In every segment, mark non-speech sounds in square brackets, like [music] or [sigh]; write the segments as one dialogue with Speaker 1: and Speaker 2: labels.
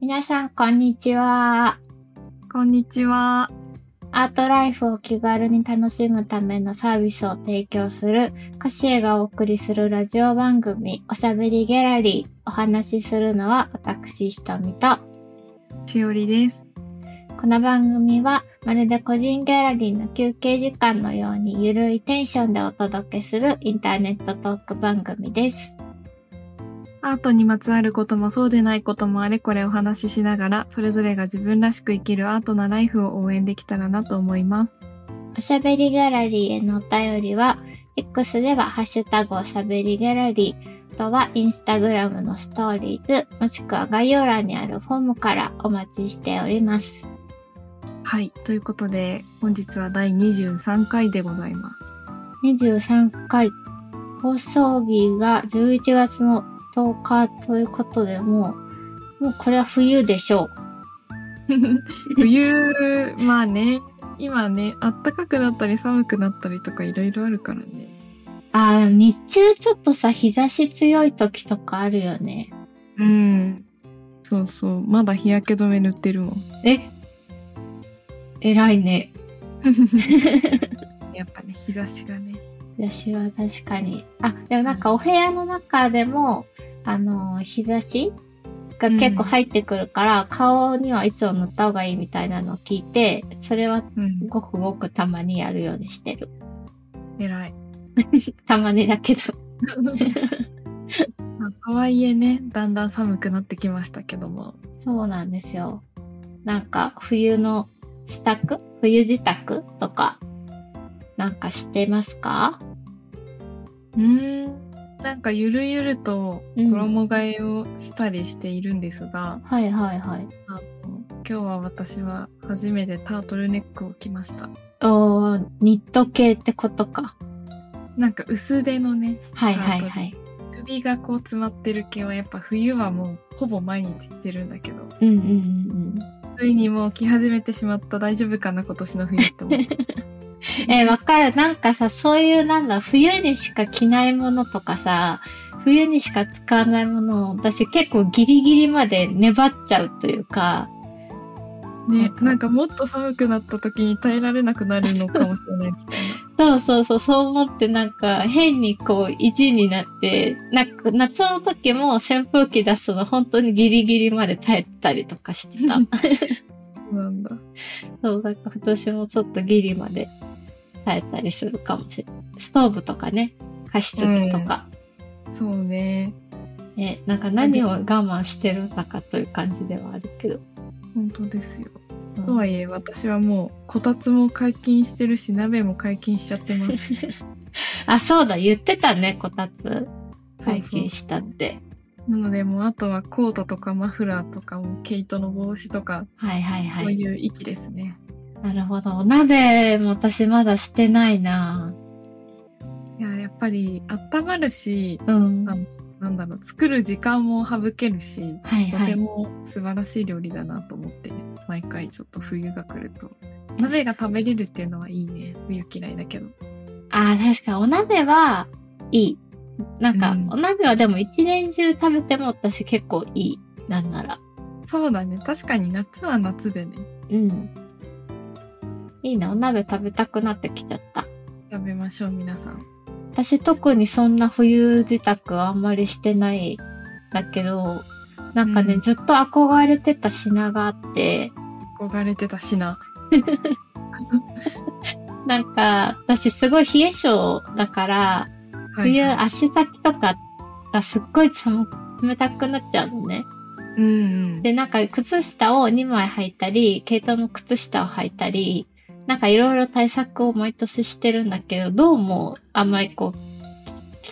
Speaker 1: 皆さん、こんにちは。
Speaker 2: こんにちは。
Speaker 1: アートライフを気軽に楽しむためのサービスを提供する、カシエがお送りするラジオ番組、おしゃべりギャラリー。お話しするのは、私、ひとみと。
Speaker 2: しおりです。
Speaker 1: この番組は、まるで個人ギャラリーの休憩時間のように、ゆるいテンションでお届けするインターネットトーク番組です。
Speaker 2: アートにまつわることもそうでないこともあれこれお話ししながら、それぞれが自分らしく生きるアートなライフを応援できたらなと思います。
Speaker 1: おしゃべりギャラリーへのお便りは、X ではハッシュタグおしゃべりギャラリー、あとはインスタグラムのストーリーズ、もしくは概要欄にあるフォームからお待ちしております。
Speaker 2: はい。ということで、本日は第23回でござい [laughs] ます。
Speaker 1: 23回、放送日が11月の10日ということでもう、もうこれは冬でしょう。
Speaker 2: 冬、まあね、今ね、あったかくなったり寒くなったりとかいろいろあるからね。
Speaker 1: あー日中ちょっとさ、日差し強い時とかあるよね。
Speaker 2: うん。そうそう。まだ日焼け止め塗ってるもん。 [laughs]
Speaker 1: え偉いね。
Speaker 2: やっぱね、日差しがね。
Speaker 1: 私は確かに。あ、でもなんかお部屋の中でも、あのー、日差しが結構入ってくるから、顔にはいつも塗った方がいいみたいなのを聞いて、それは
Speaker 2: うん。
Speaker 1: ごくごくたまにやるようにして [laughs] る。
Speaker 2: 偉い。
Speaker 1: たまにだけど。
Speaker 2: まあ、とはいえねだんだん寒くなってきましたけども
Speaker 1: そうなんですよ。なんか冬の支度冬自宅とか、なんかしてますか
Speaker 2: うーんなんかゆるゆると
Speaker 1: うん
Speaker 2: 衣替えをしたりしているんですが、
Speaker 1: はいはいはい。
Speaker 2: あの今日は私は初めてタートルネックを着ました
Speaker 1: おーニット系ってことか。
Speaker 2: なんか薄手のね
Speaker 1: はいはいはい。
Speaker 2: 首がこう詰まってる系はやっぱ冬はもうほぼ毎日着てるんだけど
Speaker 1: うんうんうんうん。
Speaker 2: ついにもう着始めてしまった大丈夫かな今年の冬って思って [laughs]
Speaker 1: えー、わかる。なんかさ、そういう、なんだ、冬にしか着ないものとかさ、冬にしか使わないものを、私結構ギリギリまで粘っちゃうというか、
Speaker 2: ねなんかもっと寒くなった時に耐えられなくなるのかもしれないみたいな
Speaker 1: そうそうそう、そう思ってなんか変にこう、意地になって、なんか夏の時も扇風機出すの本当にギリギリまで耐えてたりとかしてた。
Speaker 2: そうなんだ
Speaker 1: そう、なんか今年もちょっとギリまで耐えたりするかもしれない。ストーブとかね、加湿器とか。
Speaker 2: そうね。
Speaker 1: ね、なんか何を我慢してるんだかという感じではあるけど。
Speaker 2: 本当ですよ。
Speaker 1: うん
Speaker 2: とはいえ、私はもう、こたつも解禁してるし、鍋も解禁しちゃってます。
Speaker 1: あ、そうだ、言ってたね、こたつ。
Speaker 2: そう
Speaker 1: [laughs] 解
Speaker 2: そう
Speaker 1: 禁したって。
Speaker 2: なので、もう、あとはコートとかマフラーとか、もう毛糸の帽子とか、
Speaker 1: はいはいは
Speaker 2: そう
Speaker 1: い。
Speaker 2: いう域ですね。
Speaker 1: なるほど。お鍋も私まだしてないな。
Speaker 2: い、や、やっぱり、温まるし、
Speaker 1: うん。は
Speaker 2: あなんだろう、作る時間も省けるし、
Speaker 1: い
Speaker 2: と
Speaker 1: は
Speaker 2: て
Speaker 1: い。
Speaker 2: も素晴らしい料理だなと思って、毎回ちょっと冬が来ると。鍋が食べれるっていうのはいいね。冬嫌いだけど。
Speaker 1: あ、確かにお鍋はいい。なんか、
Speaker 2: うん
Speaker 1: お鍋はでも一年中食べても私結構いい。なんなら。
Speaker 2: そうだね。確かに夏は夏でね。
Speaker 1: うん。いいな、お鍋食べたくなってきちゃった。
Speaker 2: 食べましょう、皆さん。
Speaker 1: 私特にそんな冬支度あんまりしてないんだけどなんかね、
Speaker 2: うん
Speaker 1: ずっと憧れてた品があって
Speaker 2: 憧れてたしな。
Speaker 1: なんか私すごい冷え性だから
Speaker 2: はい
Speaker 1: 冬
Speaker 2: はい
Speaker 1: 足先とかがすっごい寒冷たくなっちゃうのね。
Speaker 2: うんうん。
Speaker 1: で、なんか靴下を2枚履いたり、毛糸の靴下を履いたり、なんかいろいろ対策を毎年してるんだけど、どうもあんまりこう、効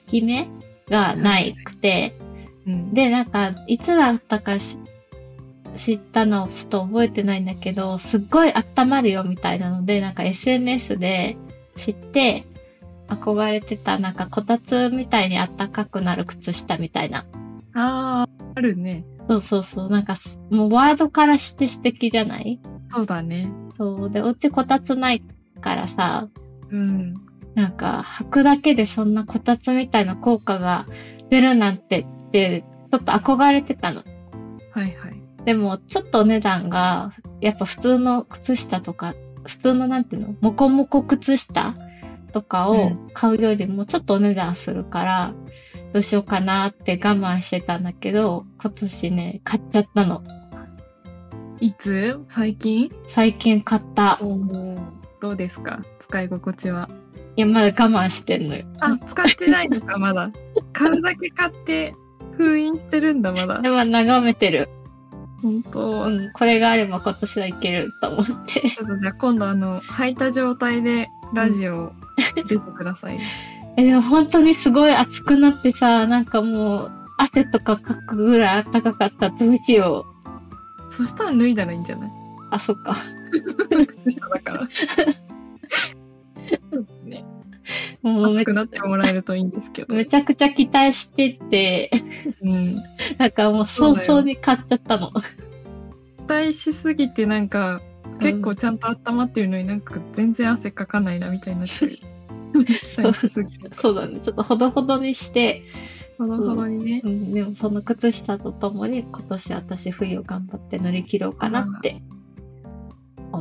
Speaker 1: き目がないくて、
Speaker 2: うん、
Speaker 1: で、なんか、いつだったかし知ったのをちょっと覚えてないんだけど、すっごい温まるよみたいなので、なんか SNS で知って、憧れてた、なんかこたつみたいに暖かくなる靴下みたいな。
Speaker 2: ああ、あるね。
Speaker 1: そうそうそう、なんかす、もうワードからして素敵じゃない
Speaker 2: そうだね。
Speaker 1: そう。で、うちこたつないからさ、
Speaker 2: うん。
Speaker 1: なんか履くだけでそんなこたつみたいな効果が出るなんてって、ちょっと憧れてたの。
Speaker 2: はいはい。
Speaker 1: でも、ちょっとお値段が、やっぱ普通の靴下とか、普通のなんていうの、もこもこ靴下とか
Speaker 2: う
Speaker 1: を
Speaker 2: ん
Speaker 1: 買うよりもちょっとお値段するから、どうしようかなって我慢してたんだけど、今年ね、買っちゃったの。
Speaker 2: いつ最近
Speaker 1: 最近買った。
Speaker 2: どうですか使い心地は。
Speaker 1: いや、まだ我慢してんのよ。
Speaker 2: あ、使ってないの
Speaker 1: [laughs]
Speaker 2: か、まだ。買うだけ買って、封印してるんだ、まだ
Speaker 1: で。も眺めてる。
Speaker 2: 本当、
Speaker 1: うん、これがあれば今年はいけると思って。
Speaker 2: ちょっとじゃあ今度あの、履いた状態でラジオ出てください。 [laughs]
Speaker 1: え、でも本当にすごい暑くなってさ、なんかもう、汗とかかくぐらい暖かかった。どうしよう。
Speaker 2: そしたら脱いだらいいんじゃない
Speaker 1: あ、そっか。
Speaker 2: 靴下だ
Speaker 1: [laughs]
Speaker 2: から。 [laughs] ね、
Speaker 1: もうめ
Speaker 2: 熱くなってもらえるといいんですけど。
Speaker 1: めちゃくちゃ期待してて、 [laughs]
Speaker 2: うん。
Speaker 1: なんかもう早々に買っちゃったの。 [laughs]
Speaker 2: 期待しすぎてなんか、結構ちゃんと温まってるのになんか全然汗かかないなみたいになっちゃう。 [laughs] 期待しすぎる。
Speaker 1: そうだね。ちょっとほどほどにして、
Speaker 2: ほどほどにね。
Speaker 1: うん、でもその靴下とともに今年私冬を頑張って乗り切ろうかなって。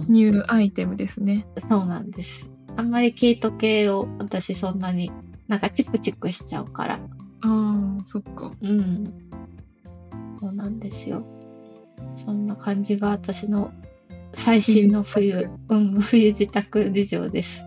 Speaker 2: ニューアイテムですね。
Speaker 1: そうなんです。あんまり毛糸系を私そんなになんかチクチクしちゃうから。
Speaker 2: ああ、そっか。
Speaker 1: うん。そうなんですよ。そんな感じが私の最新の冬、うん、冬自宅事情です。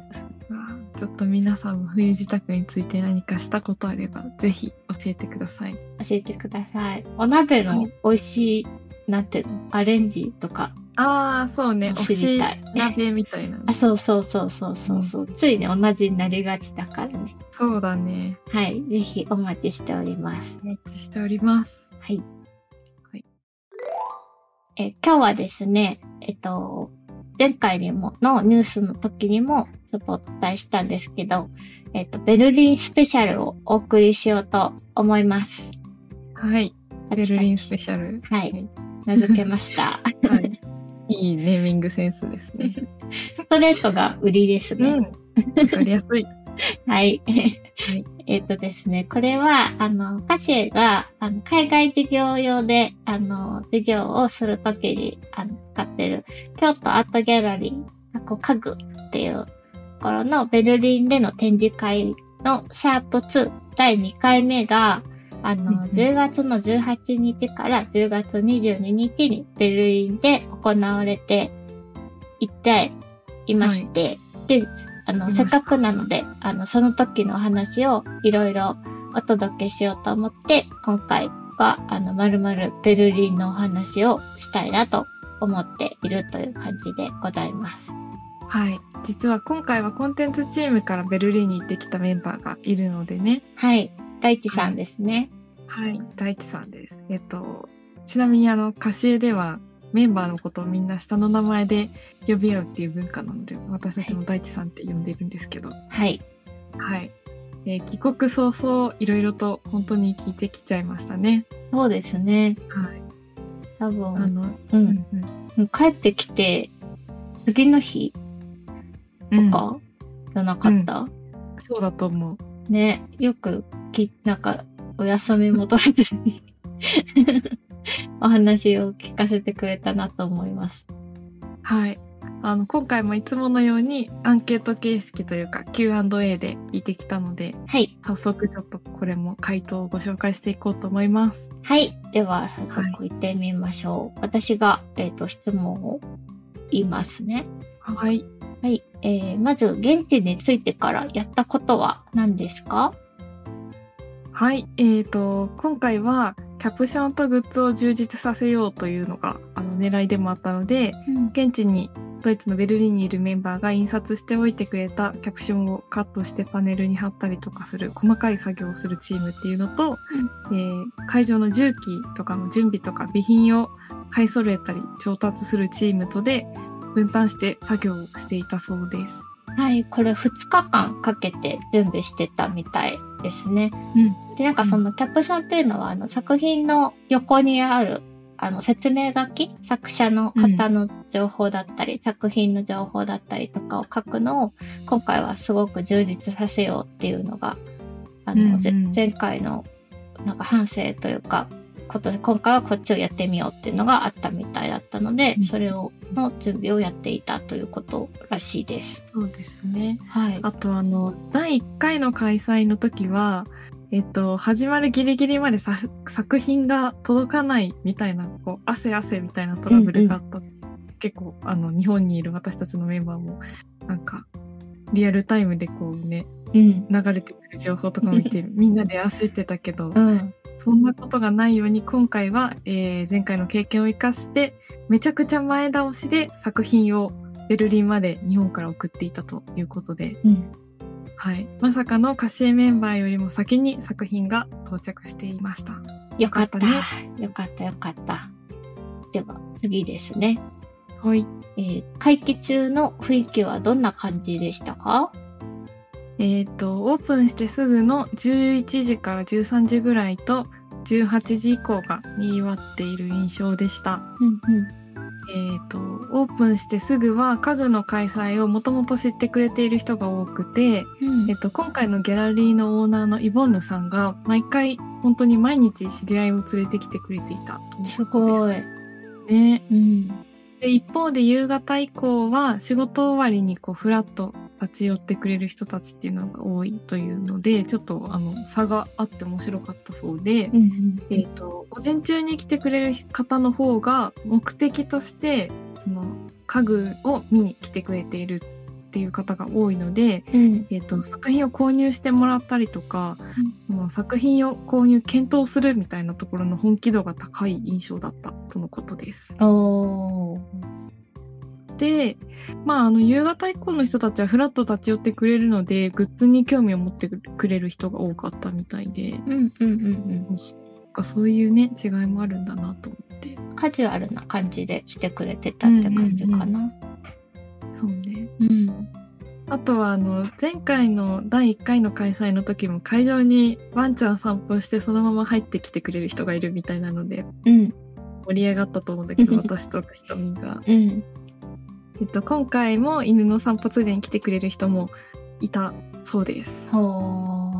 Speaker 2: ちょっと皆さんも冬支度について何かしたことあれば、ぜひ教えてください。
Speaker 1: 教えてください。お鍋の美味しい、なんていうの、アレンジとか
Speaker 2: ああ、そうね。お
Speaker 1: 知り
Speaker 2: した
Speaker 1: い。
Speaker 2: 鍋みたいなね。
Speaker 1: あ、そうそうそうそうそうそう、ついね、同じになりがちだからね。
Speaker 2: そうだね。
Speaker 1: はい。ぜひお待ちしております。
Speaker 2: お待ちしております。
Speaker 1: はい。
Speaker 2: はい
Speaker 1: え今日はですね、えっと、前回にも、のニュースの時にも、ちょっとお伝えしたんですけど、えっと、ベルリンスペシャルをお送りしようと思います。
Speaker 2: はい。ベルリンスペシャル。
Speaker 1: はい。名付けま
Speaker 2: [laughs]
Speaker 1: した。
Speaker 2: はい。いいネーミングセンスですね。
Speaker 1: ストレートが売りです
Speaker 2: う
Speaker 1: ね。
Speaker 2: ん。わかりやすい。
Speaker 1: はい。 [laughs] えっとですね、これは、あの、カシエが、あの、海外事業用で、あの、事業をするときに、あの、使ってる、京都アートギャラリー、過去家具っていうところのベルリンでの展示会のシャープ2第2回目が、あ
Speaker 2: うんうん
Speaker 1: の、10月の18日から10月22日にベルリンで行われていていまして、で、あ
Speaker 2: い
Speaker 1: の、
Speaker 2: まし
Speaker 1: せ
Speaker 2: た
Speaker 1: っかくなので、あの、その時のお話をいろいろお届けしようと思って、今回は、あの、まるまるベルリンのお話をしたいなと思っているという感じでございます。
Speaker 2: はい。実は今回はコンテンツチームからベルリンに行ってきたメンバーがいるのでね。
Speaker 1: はい。大地さんですね。
Speaker 2: はい、大地さんです。えっと、ちなみにあの、歌詞ではメンバーのことをみんな下の名前で呼び合うっていう文化なので、私たちも大地さんって呼んでるんですけど、
Speaker 1: はい。
Speaker 2: はい。えー帰国早々、いろいろと本当に聞いてきちゃいましたね。
Speaker 1: そうですね。
Speaker 2: はい。
Speaker 1: 多
Speaker 2: あ
Speaker 1: 分、
Speaker 2: の、
Speaker 1: う。
Speaker 2: うんんうん
Speaker 1: もう帰ってきて、次の日
Speaker 2: うん
Speaker 1: とかじゃなかった、
Speaker 2: そうだと思う。
Speaker 1: ね。よくき、なんか、お休みも取れずに。お話を聞かせてくれたなと思います。
Speaker 2: はい。あの、今回もいつものようにアンケート形式というか Q&A で聞いてきたので、
Speaker 1: はい。
Speaker 2: 早速ちょっとこれも回答をご紹介していこうと思います。
Speaker 1: はい。では、早速行ってみましょう。私が、えっ、と、質問を言いますね。
Speaker 2: はい。
Speaker 1: はい。えー、まず、現地に着いてからやったことは何ですか
Speaker 2: はい、えー、と今回はキャプションとグッズを充実させようというのがあの狙いでもあったので
Speaker 1: うん。
Speaker 2: 現地にドイツのベルリンにいるメンバーが印刷しておいてくれたキャプションをカットしてパネルに貼ったりとかする細かい作業をするチームっていうのと、えー会場の重機とかの準備とか備品を買い揃えたり調達するチームとで分担して作業をしていたそうです。
Speaker 1: はい。これ、2日間かけて準備してたみたいですね。
Speaker 2: うん、
Speaker 1: で、なんかそのキャプションっていうのは、あの、作品の横にある、あの、説明書き作者の方の情報だったり、作品の情報だったりとかを書くのを、今回はすごく充実させようっていうのが、あの、ぜ
Speaker 2: うんうん
Speaker 1: 前回の、なんか反省というか、今年今回はこっちをやってみようっていうのがあったみたいだったので、
Speaker 2: うん
Speaker 1: それをの準備をやっていたということらしいです。
Speaker 2: そうですね。
Speaker 1: はい。
Speaker 2: あとあの第1回の開催の時は、えっと、始まるギリギリまで作作品が届かないみたいなこう汗汗みたいなトラブルがあった、結構あの日本にいる私たちのメンバーもなんかリアルタイムでこうね
Speaker 1: うん。
Speaker 2: 流れてくる情報とか見てみんなで焦ってたけど、
Speaker 1: うん。
Speaker 2: そんなことがないように今回は、えー前回の経験を生かしてめちゃくちゃ前倒しで作品をベルリンまで日本から送っていたということで、
Speaker 1: うん。
Speaker 2: はい、まさかの歌詞メンバーよりも先に作品が到着していました。
Speaker 1: よかった。
Speaker 2: よかっ
Speaker 1: よかった、よかった。では、次ですね。
Speaker 2: はい、
Speaker 1: えー会期中の雰囲気はどんな感じでしたか
Speaker 2: えっ、とオープンしてすぐの11時から13時ぐらいと18時以降がにぎわっている印象でした。
Speaker 1: うん
Speaker 2: えー、とオープンしてすぐは家具の開催をもともと知ってくれている人が多くて、
Speaker 1: うん。う
Speaker 2: えっと、今回のギャラリーのオーナーのイボンヌさんが毎回本当に毎日知り合いを連れてきてくれていたとい
Speaker 1: ん、す
Speaker 2: うこと
Speaker 1: ご
Speaker 2: で
Speaker 1: い
Speaker 2: す。。ね、
Speaker 1: うん。
Speaker 2: で一方で夕方以降は仕事終わりにこうフラッと立ち寄ってくれる人たちっていうのが多いというのでちょっとあの差があって面白かったそうで、
Speaker 1: うんうん
Speaker 2: えー、と午前中に来てくれる方の方が目的としてあの家具を見に来てくれているっていう方が多いので、
Speaker 1: うん。
Speaker 2: えー、と作品を購入してもらったりとか、その作品を購入検討するみたいなところの本気度が高い印象だったとのことです。
Speaker 1: おー。
Speaker 2: で、まあ、あの夕方以降の人たちはフラッと立ち寄ってくれるのでグッズに興味を持ってくれる人が多かったみたいで。
Speaker 1: うんうんうん
Speaker 2: なんかそういうね違いもあるんだなと思って
Speaker 1: うん。カジュアルな感じで来てくれてたって感じかな。
Speaker 2: そうね。
Speaker 1: うん。
Speaker 2: あとはあの前回の第1回の開催の時も会場にワンちゃん散歩してそのまま入ってきてくれる人がいるみたいなので
Speaker 1: うん。
Speaker 2: 盛り上がったと思うんだ [laughs] けど私とひとみんが、
Speaker 1: うん。
Speaker 2: えっと、今回も犬の散歩ついでに来てくれる人もいたそうです。
Speaker 1: ほー。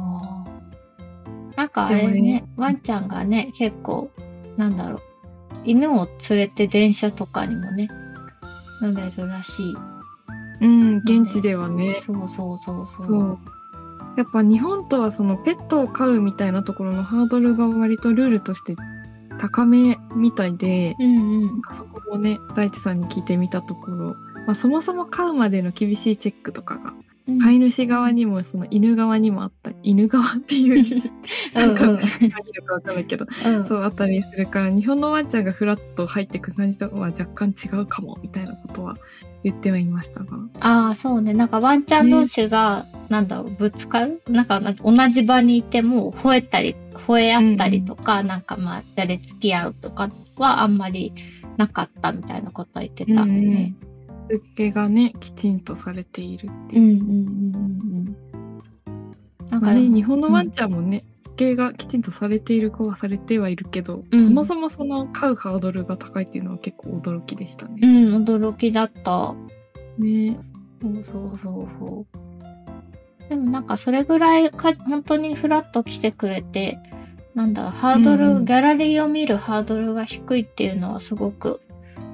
Speaker 1: なんかあれ
Speaker 2: で
Speaker 1: ね
Speaker 2: もね
Speaker 1: ワンちゃんがね、結構、なんだろう。犬を連れて電車とかにもね、乗れるらしい。
Speaker 2: うん現地ではね
Speaker 1: そうそうそうそう。
Speaker 2: そうやっぱ日本とはそのペットを飼うみたいなところのハードルが割とルールとして高めみたいで、
Speaker 1: うんうん
Speaker 2: なん。かそこもね大地さんに聞いてみたところ、まあ、そもそも飼うまでの厳しいチェックとかが
Speaker 1: うん
Speaker 2: 飼い主側にもその犬側にもあった犬側っていう
Speaker 1: [laughs]
Speaker 2: なんか
Speaker 1: うんうん
Speaker 2: 何言うか分かんないけど
Speaker 1: うん
Speaker 2: [laughs] そうあったりするから日本のワンちゃんがフラッと入ってく感じとは若干違うかもみたいなことは言ってはいましたが
Speaker 1: ああ、そうね。なんかワンちゃん同士が、なんだろう、ぶつかるなんか同じ場にいても、吠えたり、吠え合ったりとか、なんかまあ、じゃれつき合うとかはあんまりなかったみたいなことは言ってたね。
Speaker 2: 受けがねきちんとされているって
Speaker 1: う
Speaker 2: い
Speaker 1: んうん
Speaker 2: う。
Speaker 1: うんうんうん。なん
Speaker 2: ま
Speaker 1: か、
Speaker 2: あね、日本のワンちゃんもね、しつけがきちんとされている子はされてはいるけど、
Speaker 1: うん
Speaker 2: そもそもその飼うハードルが高いっていうのは結構驚きでした
Speaker 1: う
Speaker 2: ね。
Speaker 1: ん、驚きだった。
Speaker 2: ね
Speaker 1: そうそうそうそう。でもなんかそれぐらいか、本当にフラッと来てくれて、なんだろう、ハードル、
Speaker 2: うんうん
Speaker 1: ギャラリーを見るハードルが低いっていうのはすごく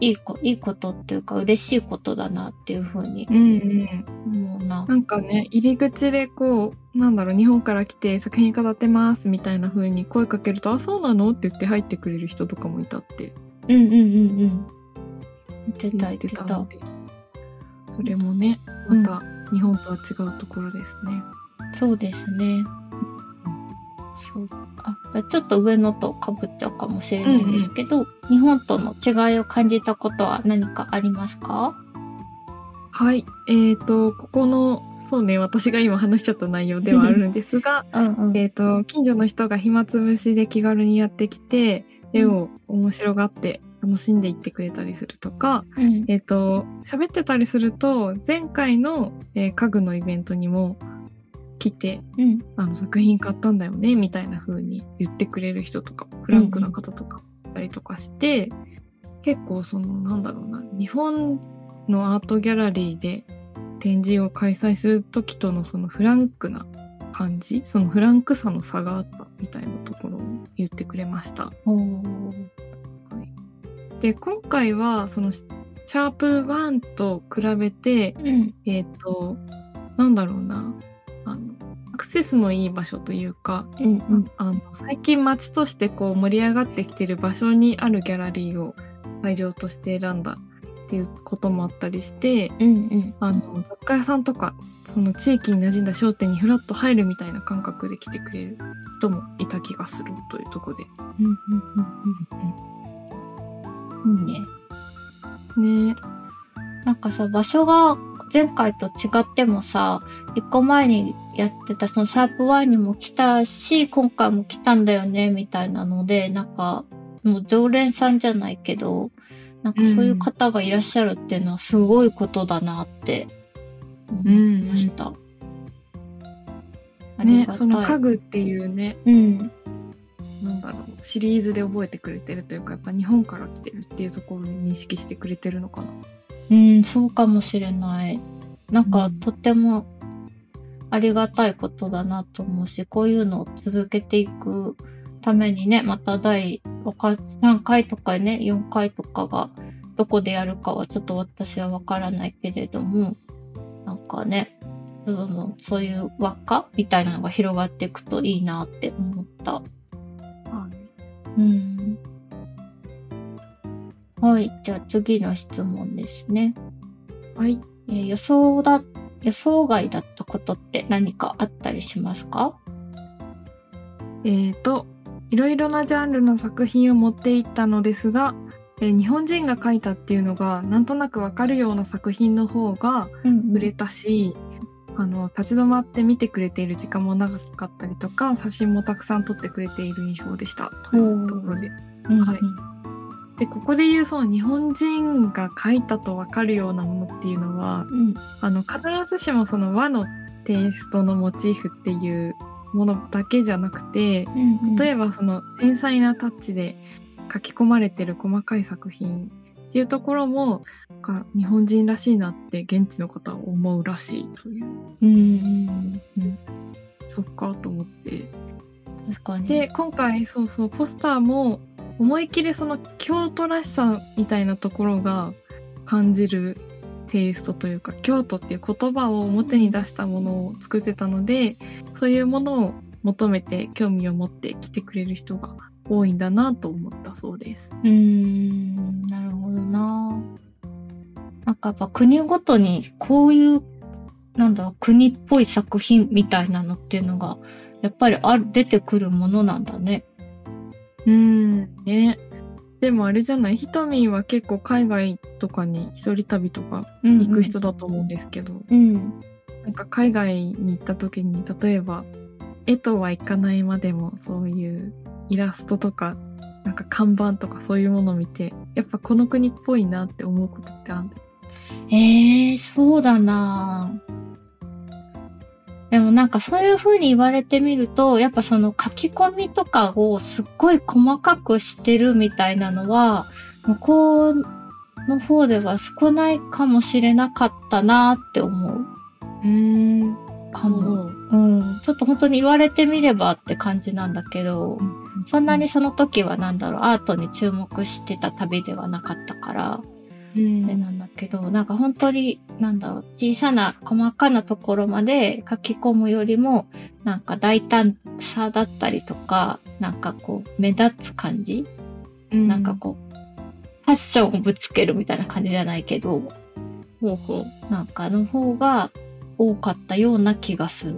Speaker 1: いいこ、いいことっていうか嬉しいことだなっていうふうに
Speaker 2: うんうん、
Speaker 1: 思うな。
Speaker 2: なんかね入り口でこうなんだろう日本から来て作品飾ってますみたいな風に声かけると「あそうなの?」って言って入ってくれる人とかもいたって
Speaker 1: うんうんうんうん。言ってた
Speaker 2: 言
Speaker 1: 言
Speaker 2: っ
Speaker 1: ってて
Speaker 2: た
Speaker 1: た
Speaker 2: の。でそれもね
Speaker 1: うん
Speaker 2: また日本とは違うところですね。
Speaker 1: そうですね。そうあじゃあちょっと上のとかぶっちゃうかもしれないんですけど、日本との違いを感じたことは何かありますか
Speaker 2: はいえー、とここのそうね私が今話しちゃった内容ではあるんですが
Speaker 1: うんうん
Speaker 2: えーと近所の人が暇つぶしで気軽にやってきて絵を面白がって楽しんでいってくれたりするとか、
Speaker 1: うん
Speaker 2: えっ、と、喋ってたりすると、前回の、えー家具のイベントにも来て、
Speaker 1: うん
Speaker 2: あの作品買ったんだよね、みたいな風に言ってくれる人とか、フランクな方とか、いたりとかして、結構その、なんだろうな、日本のアートギャラリーで展示を開催する時とのそのフランクな感じそのフランクさの差があったみたいなところを言ってくれました。
Speaker 1: おー
Speaker 2: で今回はそのシャープ1と比べて
Speaker 1: うん。
Speaker 2: えっ、となんだろうなあのアクセスのいい場所というか
Speaker 1: うんうん。
Speaker 2: あの最近街としてこう盛り上がってきてる場所にあるギャラリーを会場として選んだっていうこともあったりして
Speaker 1: うんうん。
Speaker 2: あの雑貨屋さんとかその地域に馴染んだ商店にフラッと入るみたいな感覚で来てくれる人もいた気がするというところで。
Speaker 1: うんうんうんうん。いいね。
Speaker 2: ね
Speaker 1: なんかさ、場所が前回と違ってもさ、一個前にやってたそのシャープ1にも来たし、今回も来たんだよね、みたいなので、なんか、もう常連さんじゃないけど、なんかそういう方がいらっしゃるっていうのはすごいことだなって思いました。あり
Speaker 2: ね
Speaker 1: がたい。
Speaker 2: その家具っていうね
Speaker 1: うん。
Speaker 2: なんだろうシリーズで覚えてくれてるというかやっぱ日本から来てるっていうところに認識してくれてるのかな。
Speaker 1: うん、そうかもしれない。なんか、
Speaker 2: うん
Speaker 1: とてもありがたいことだなと思うし、こういうのを続けていくためにね、また第わか3回とかね、4回とかがどこでやるかはちょっと私はわからないけれども、なんかね、そのそういう輪っかみたいなのが広がっていくといいなって思った。うん。はい、じゃあ次の質問ですね。
Speaker 2: はい
Speaker 1: えー予想だ、予想外だったことって何かあったりしますか
Speaker 2: えー、といろいろなジャンルの作品を持っていったのですが、えー日本人が描いたっていうのがなんとなくわかるような作品の方が
Speaker 1: うん
Speaker 2: 売れたし、あの立ち止まって見てくれている時間も長かったりとか写真もたくさん撮ってくれている印象でしたというところで。
Speaker 1: うん
Speaker 2: はいでここで言うその日本人が描いたとわかるようなものっていうのは
Speaker 1: うん。
Speaker 2: あの必ずしもその和のテイストのモチーフっていうものだけじゃなくて、
Speaker 1: うん。
Speaker 2: 例
Speaker 1: え
Speaker 2: えばその繊細なタッチで書き込まれてる細かい作品っていうところもなんか日本人らしいなって現地の方は思うらしいという
Speaker 1: ば、うん。うん。
Speaker 2: そっかと思って
Speaker 1: 確かに。
Speaker 2: で、今回そうそうポスターも思いっきりその京都らしさみたいなところが感じるテイストというか京都っていう言葉を表に出したものを作ってたのでそういうものを求めて興味を持って来てくれる人が多いんだなと思ったそうです。
Speaker 1: うん。なるほどな。なんかやっぱ国ごとにこういう、なんだろう、国っぽい作品みたいなのっていうのが、やっぱりある出てくるものなんだね。
Speaker 2: うんねでもあれじゃないひとみんは結構海外とかに一人旅とか
Speaker 1: 行
Speaker 2: 行く人だと思うんですけど、
Speaker 1: うん。
Speaker 2: なんか海外に行った時に例えば絵とはいかないまでもそういうイラストとかなんか看板とかそういうものを見てやっぱこの国っぽいなって思うことってある
Speaker 1: ええそうだなぁでもなんかそういう風に言われてみると、やっぱその書き込みとかをすっごい細かくしてるみたいなのは、向こうの方では少ないかもしれなかったなって思う
Speaker 2: うん
Speaker 1: かも。うん。ちょっと本当に言われてみればって感じなんだけど、そんなにその時はなんだろう、アートに注目してた旅ではなかったから、
Speaker 2: う
Speaker 1: あれ
Speaker 2: ん
Speaker 1: なんだけど、なんか本当に、なんだろう、小さな細かなところまで書き込むよりも、なんか大胆さだったりとか、なんかこう、目立つ感じ、なんかこう、ファッションをぶつけるみたいな感じじゃないけど、
Speaker 2: ほうほ
Speaker 1: なんかの方が多かったような気がする。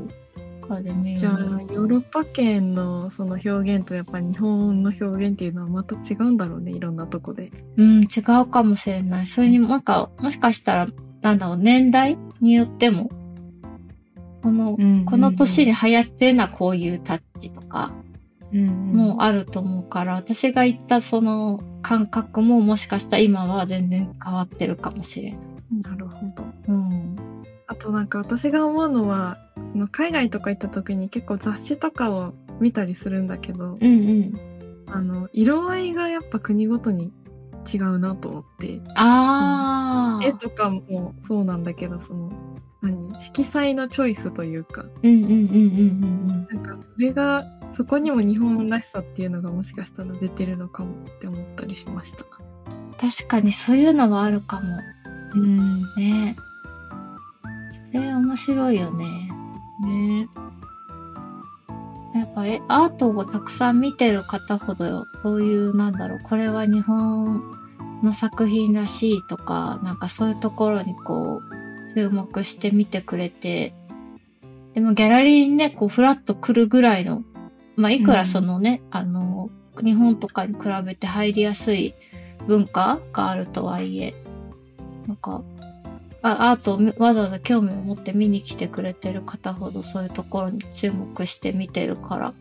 Speaker 1: これで見
Speaker 2: う
Speaker 1: る
Speaker 2: じゃあヨーロッパ圏のその表現とやっぱ日本の表現っていうのはまた違うんだろうねいろんなとこで。
Speaker 1: うん、違うかもしれない。それにも、なんか、もしかしたら、なんだろう、年代によっても、この、この年に流行ってるのはこういうタッチとかも
Speaker 2: も
Speaker 1: あると思うから、私が言ったその感覚ももしかしたら今は全然変わってるかもしれない。
Speaker 2: うんなるほど。
Speaker 1: うん。
Speaker 2: あとなんか私が思うのはその海外とか行った時に結構雑誌とかを見たりするんだけど、
Speaker 1: うんうん。
Speaker 2: あの色合いがやっぱ国ごとに違うなと思って
Speaker 1: ああ。
Speaker 2: 絵とかもそうなんだけどその何色彩のチョイスというか
Speaker 1: うんうんうんうんうん
Speaker 2: なんかそれがそこにも日本らしさっていうのがもしかしたら出てるのかもって思ったりしました。
Speaker 1: うん。確かにそういうのはあるかも。
Speaker 2: うん
Speaker 1: ねえ。それ面白いよね。
Speaker 2: ね
Speaker 1: やっぱえアートをたくさん見てる方ほどそういうなんだろうこれは日本の作品らしいとかなんかそういうところにこう注目して見てくれてでもギャラリーにねこうフラッと来るぐらいのまあいく
Speaker 2: う
Speaker 1: ら
Speaker 2: ん
Speaker 1: そのね、あの日本とかに比べて入りやすい文化があるとはいえなんかあアートをみわざわざ興味を持って見に来てくれてる方ほどそういうところに注目して見てるから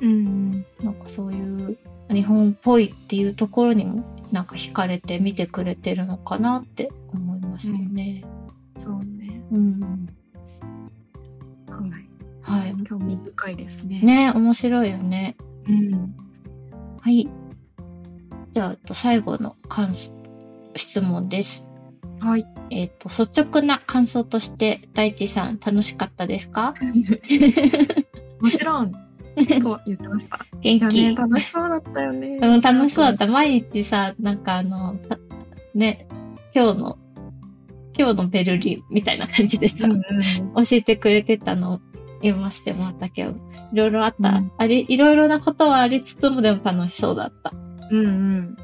Speaker 2: うん
Speaker 1: なんかそういう日本っぽいっていうところにもなんか惹かれて見てくれてるのかなって思いましたね。
Speaker 2: そうね。
Speaker 1: うん
Speaker 2: はい。
Speaker 1: はい
Speaker 2: 興味深いですね。
Speaker 1: ね面白いよね。
Speaker 2: うん。
Speaker 1: はい。じゃあえっと最後の感想質問です。
Speaker 2: はい。
Speaker 1: えっ、と率直な感想として大地さん楽しかったです [laughs] か？
Speaker 2: もち [laughs] ろんとは言ってました。い
Speaker 1: 元
Speaker 2: や
Speaker 1: 気？
Speaker 2: ね楽しそうだったよね。
Speaker 1: [laughs] うん、楽しそうだった。毎日さ、なんかあの、たね、今日の、今日のベルリンみたいな感じでさ、
Speaker 2: うんうん。
Speaker 1: 教えてくれてたのを読ませてもらったけど、いろいろあった、
Speaker 2: うん
Speaker 1: あり、いろいろなことはありつつもでも楽しそうだった。
Speaker 2: うんうん。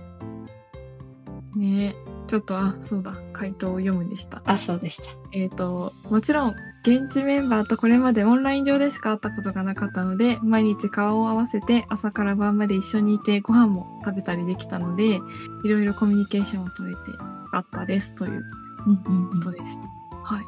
Speaker 2: ねちょっと、あ、そうだ、回答を読むんでした。
Speaker 1: あ、そうでした。
Speaker 2: えっ、と、もちろん、現地メンバーとこれまでオンライン上でしか会ったことがなかったので、毎日顔を合わせて朝から晩まで一緒にいてご飯も食べたりできたので、いろいろコミュニケーションを取れてよかったですという
Speaker 1: うんうん
Speaker 2: こ
Speaker 1: よ
Speaker 2: とでした。はい。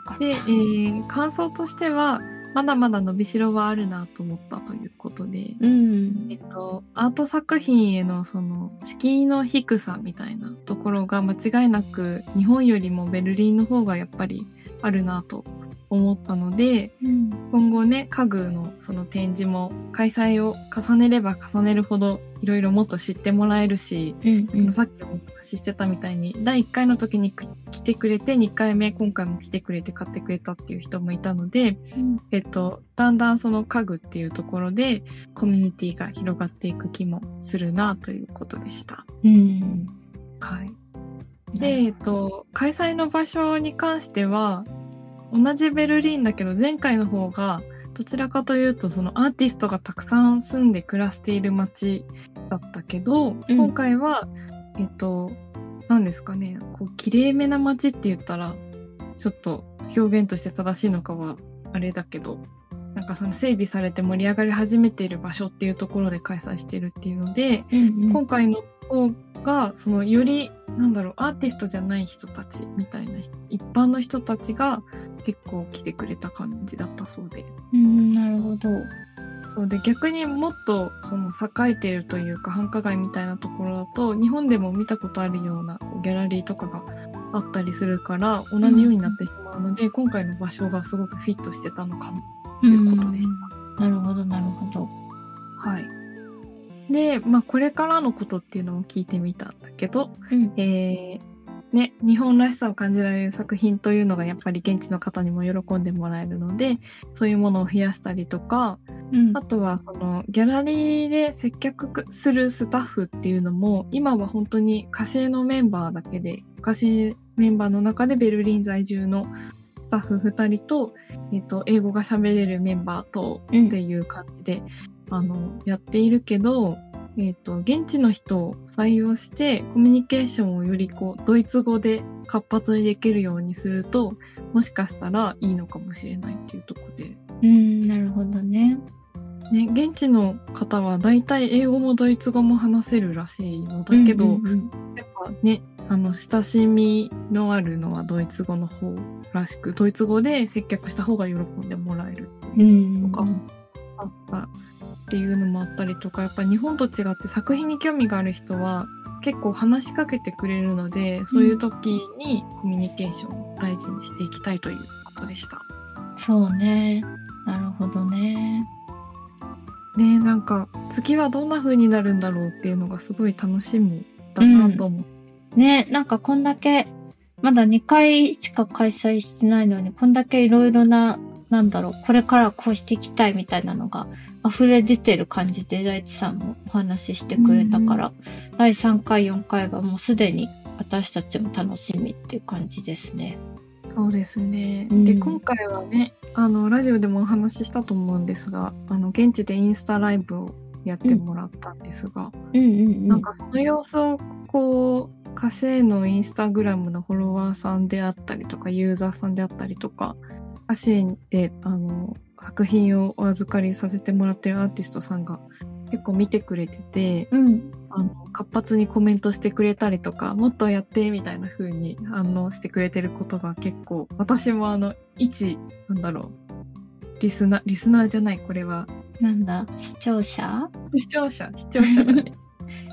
Speaker 1: かった。
Speaker 2: で、えー感想としては、まだまだ伸びしろはあるなと思ったということで、
Speaker 1: うん
Speaker 2: え。っと、アート作品へのその敷居の低さみたいなところが間違いなく日本よりもベルリンの方がやっぱりあるなと思ったので
Speaker 1: うん
Speaker 2: 今後ね家具のその展示も開催を重ねれば重ねるほどいろいろもっと知ってもらえるし、
Speaker 1: うんうん
Speaker 2: さっきもお話ししてたみたいに第1回の時に来来てくれて2回目今回も来てくれて買ってくれたっていう人もいたので、
Speaker 1: うん
Speaker 2: えっと、だんだんその家具っていうところでコミュニティが広がっていく気もするなということでした。
Speaker 1: うん。
Speaker 2: はい、で、えっと、開催の場所に関しては同じベルリンだけど前回の方がどちらかというとそのアーティストがたくさん住んで暮らしている街だったけど、今回はえっと何ですかねこう綺麗めな街って言ったらちょっと表現として正しいのかはあれだけどなんかその整備されて盛り上がり始めている場所っていうところで開催しているっていうので、
Speaker 1: うんうん
Speaker 2: 今回の方がそのよりなんだろうアーティストじゃない人たちみたいな一般の人たちが結構来てくれた感じだったそうで
Speaker 1: うん、なるほど。
Speaker 2: そうで逆にもっとその栄えてるというか繁華街みたいなところだと日本でも見たことあるようなこうギャラリーとかがあったりするから同じようになってしまうので、今回の場所がすごくフィットしてたのかもということでした。
Speaker 1: なるほど、なるほど。
Speaker 2: はいで、まあ、これからのことっていうのも聞いてみたんだけど、
Speaker 1: うん
Speaker 2: えーね、日本らしさを感じられる作品というのがやっぱり現地の方にも喜んでもらえるのでそういうものを増やしたりとか
Speaker 1: うん
Speaker 2: あとはそのギャラリーで接客するスタッフっていうのも今は本当に歌詞のメンバーだけで歌詞メンバーの中でベルリン在住のスタッフ2人と,、えっと英語が喋れるメンバーと
Speaker 1: うん
Speaker 2: っていう感じで、あのやっているけど、えっと現地の人を採用してコミュニケーションをよりこうドイツ語で活発にできるようにするともしかしたらいいのかもしれないっていうところで、
Speaker 1: うん、なるほどね。
Speaker 2: ね、現地の方は大体英語もドイツ語も話せるらしいのだけど、
Speaker 1: うんうん
Speaker 2: やっぱねあの親しみのあるのはドイツ語の方らしくドイツ語で接客した方が喜んでもらえる
Speaker 1: うんうん
Speaker 2: とかあったっていうのもあったりとかやっぱ日本と違って作品に興味がある人は結構話しかけてくれるのでそういう時にコミュニケーションを大事にしていきたいということでした。
Speaker 1: そうね。なるほどね。
Speaker 2: ねなんか次はどんな風になるんだろうっていうのがすごい楽しみだなと思う。
Speaker 1: ね、なんかこんだけまだ2回しか開催してないのに、こんだけいろいろな、なんだろう、これからこうしていきたいみたいなのが溢れ出てる感じで、大地さんもお話ししてくれたから、第3回、4回がもうすでに私たちも楽しみっていう感じですね。
Speaker 2: そうですね。
Speaker 1: うん
Speaker 2: で今回はねあのラジオでもお話ししたと思うんですがあの現地でインスタライブをやってもらったんですが、
Speaker 1: うんうん
Speaker 2: なんかその様子をこう火星のインスタグラムのフォロワーさんであったりとかユーザーさんであったりとか火星であの作品をお預かりさせてもらってるアーティストさんが結構見てくれてて
Speaker 1: うん。
Speaker 2: あの活発にコメントしてくれたりとかもっとやってみたいな風に反応してくれてることが結構私もあの一なんだろうリスナーリスナーじゃないこれは
Speaker 1: なんだ、視聴者
Speaker 2: 視聴者視聴者だ
Speaker 1: [laughs]
Speaker 2: ね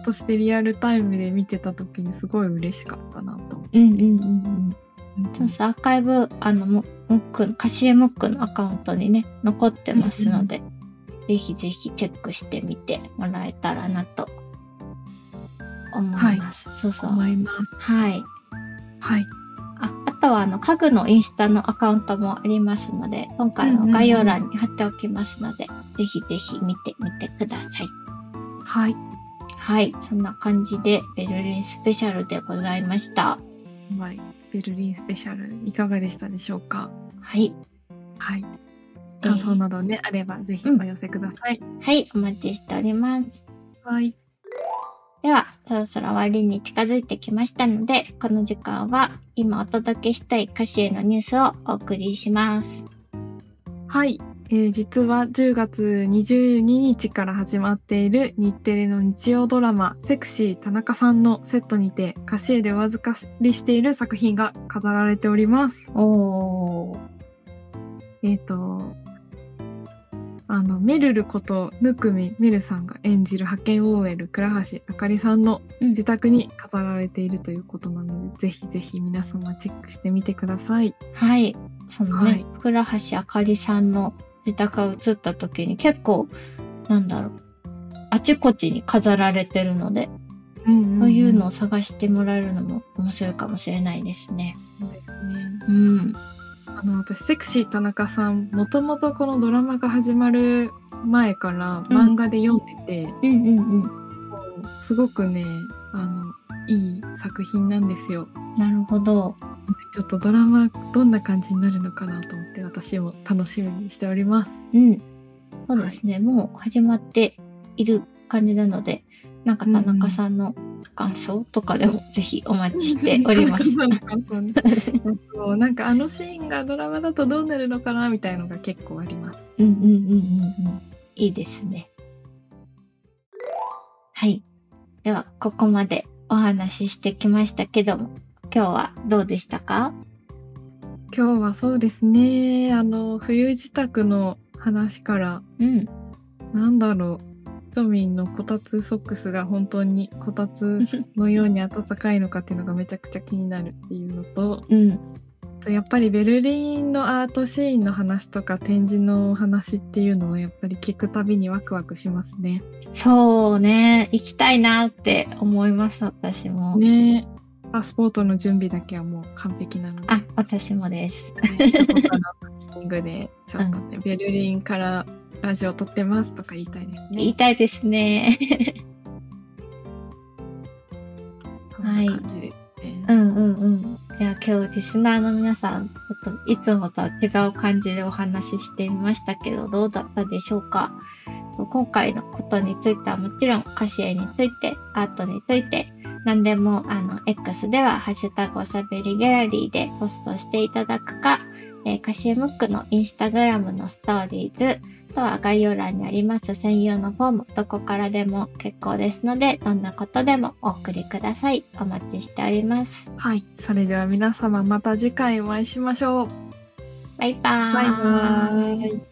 Speaker 2: としてリアルタイムで見てた時にすごい嬉しかったなと思って
Speaker 1: うんうんうんうん。そう
Speaker 2: う
Speaker 1: そう、アーカイブ、あの、ムムック、カシエムックのアカウントにね、残ってますので、ぜひぜひチェックしてみてもらえたらなと思います。そうそう。
Speaker 2: 思います
Speaker 1: はい。
Speaker 2: はい
Speaker 1: ああとは、あの、家具のインスタのアカウントもありますので、今回の概要欄に貼っておきますので、ぜひぜひ見てみてください。
Speaker 2: はい
Speaker 1: はい。そんな感じで、ベルリンスペシャルでございました。
Speaker 2: はいベルリンスペシャルいかがでしたでしょうか
Speaker 1: はい。
Speaker 2: はい感想などね、あればぜひお寄せください、
Speaker 1: はい。お待ちしております。
Speaker 2: はい
Speaker 1: では、そろそろ終わりに近づいてきましたので、この時間は今お届けしたい歌詞へのニュースをお送りします。
Speaker 2: はい、えー実は10月22日から始まっている日テレの日曜ドラマ「セクシー田中さん」のセットにて歌詞絵でお預かりしている作品が飾られております。
Speaker 1: おー。
Speaker 2: えっ、とあのメルルことぬくみめるさんが演じる派遣 OL 倉橋あかりさんの自宅に飾られているということなのでぜひぜひ皆様チェックしてみてください。
Speaker 1: はい。そのね、
Speaker 2: はい
Speaker 1: 倉橋あかりさんの自宅が映った時に結構、なんだろう、あちこちに飾られてるので、
Speaker 2: そ
Speaker 1: そういうのを探してもらえるのも面白いかもしれないですね。
Speaker 2: ですね。
Speaker 1: うん。
Speaker 2: あの私セクシー田中さんもともとこのドラマが始まる前から漫画で読んでて、
Speaker 1: うんうんうん。
Speaker 2: すごくねあのいい作品なんですよ。
Speaker 1: なるほど。
Speaker 2: ちょっとドラマどんな感じになるのかなと思って私も楽しみにしております。
Speaker 1: うん。そうですね。もう始まっている感じなので、なんか田中さんの感想とかでもぜひお待ちしており [laughs] ます。
Speaker 2: 田中さんの感想ねそうなんかあのシーンがドラマだとどうなるのかなみたいのが結構あります。
Speaker 1: うんうんうんうんうん。いいですね。はい。では、ここまでお話ししてきましたけども、今日はどうでしたか
Speaker 2: 今日はそうですねあの冬自宅の話から
Speaker 1: うん。
Speaker 2: なんだろう。トミンのこたつソックスが本当にこたつのように暖かいのかっていうのがめちゃくちゃ気になるっていうのと、
Speaker 1: うん。
Speaker 2: あとやっぱりベルリンのアートシーンの話とか展示の話っていうのはやっぱり聞くたびにワクワクしますね。
Speaker 1: そうね。行きたいなって思います、私も。
Speaker 2: ねえパスポートの準備だけはもう完璧な
Speaker 1: [laughs]
Speaker 2: ので、
Speaker 1: あ、私もです。
Speaker 2: ねどこかのタイミングでちょっとね、ベルリンからラジオ撮ってますとか言いたいです
Speaker 1: 言
Speaker 2: ね
Speaker 1: い。たいですね。
Speaker 2: そんな感じですね。
Speaker 1: うんうんうん。いや、今日リスナーの皆さん、ちょっといつもとは違う感じでお話ししてみましたけど、どうだったでしょうか今回のことについてはもちろん、歌詞絵について、アートについて、何でも、あの、X では、ハッシュタグおしゃべりギャラリーでポストしていただくか、えー、歌詞絵ムックのインスタグラムのストーリーズ、あとは概要欄にあります専用のフォーム、どこからでも結構ですので、どんなことでもお送りください。お待ちしております。
Speaker 2: はい、それでは皆様また次回お会いしましょう。
Speaker 1: 拜拜，
Speaker 2: 拜拜。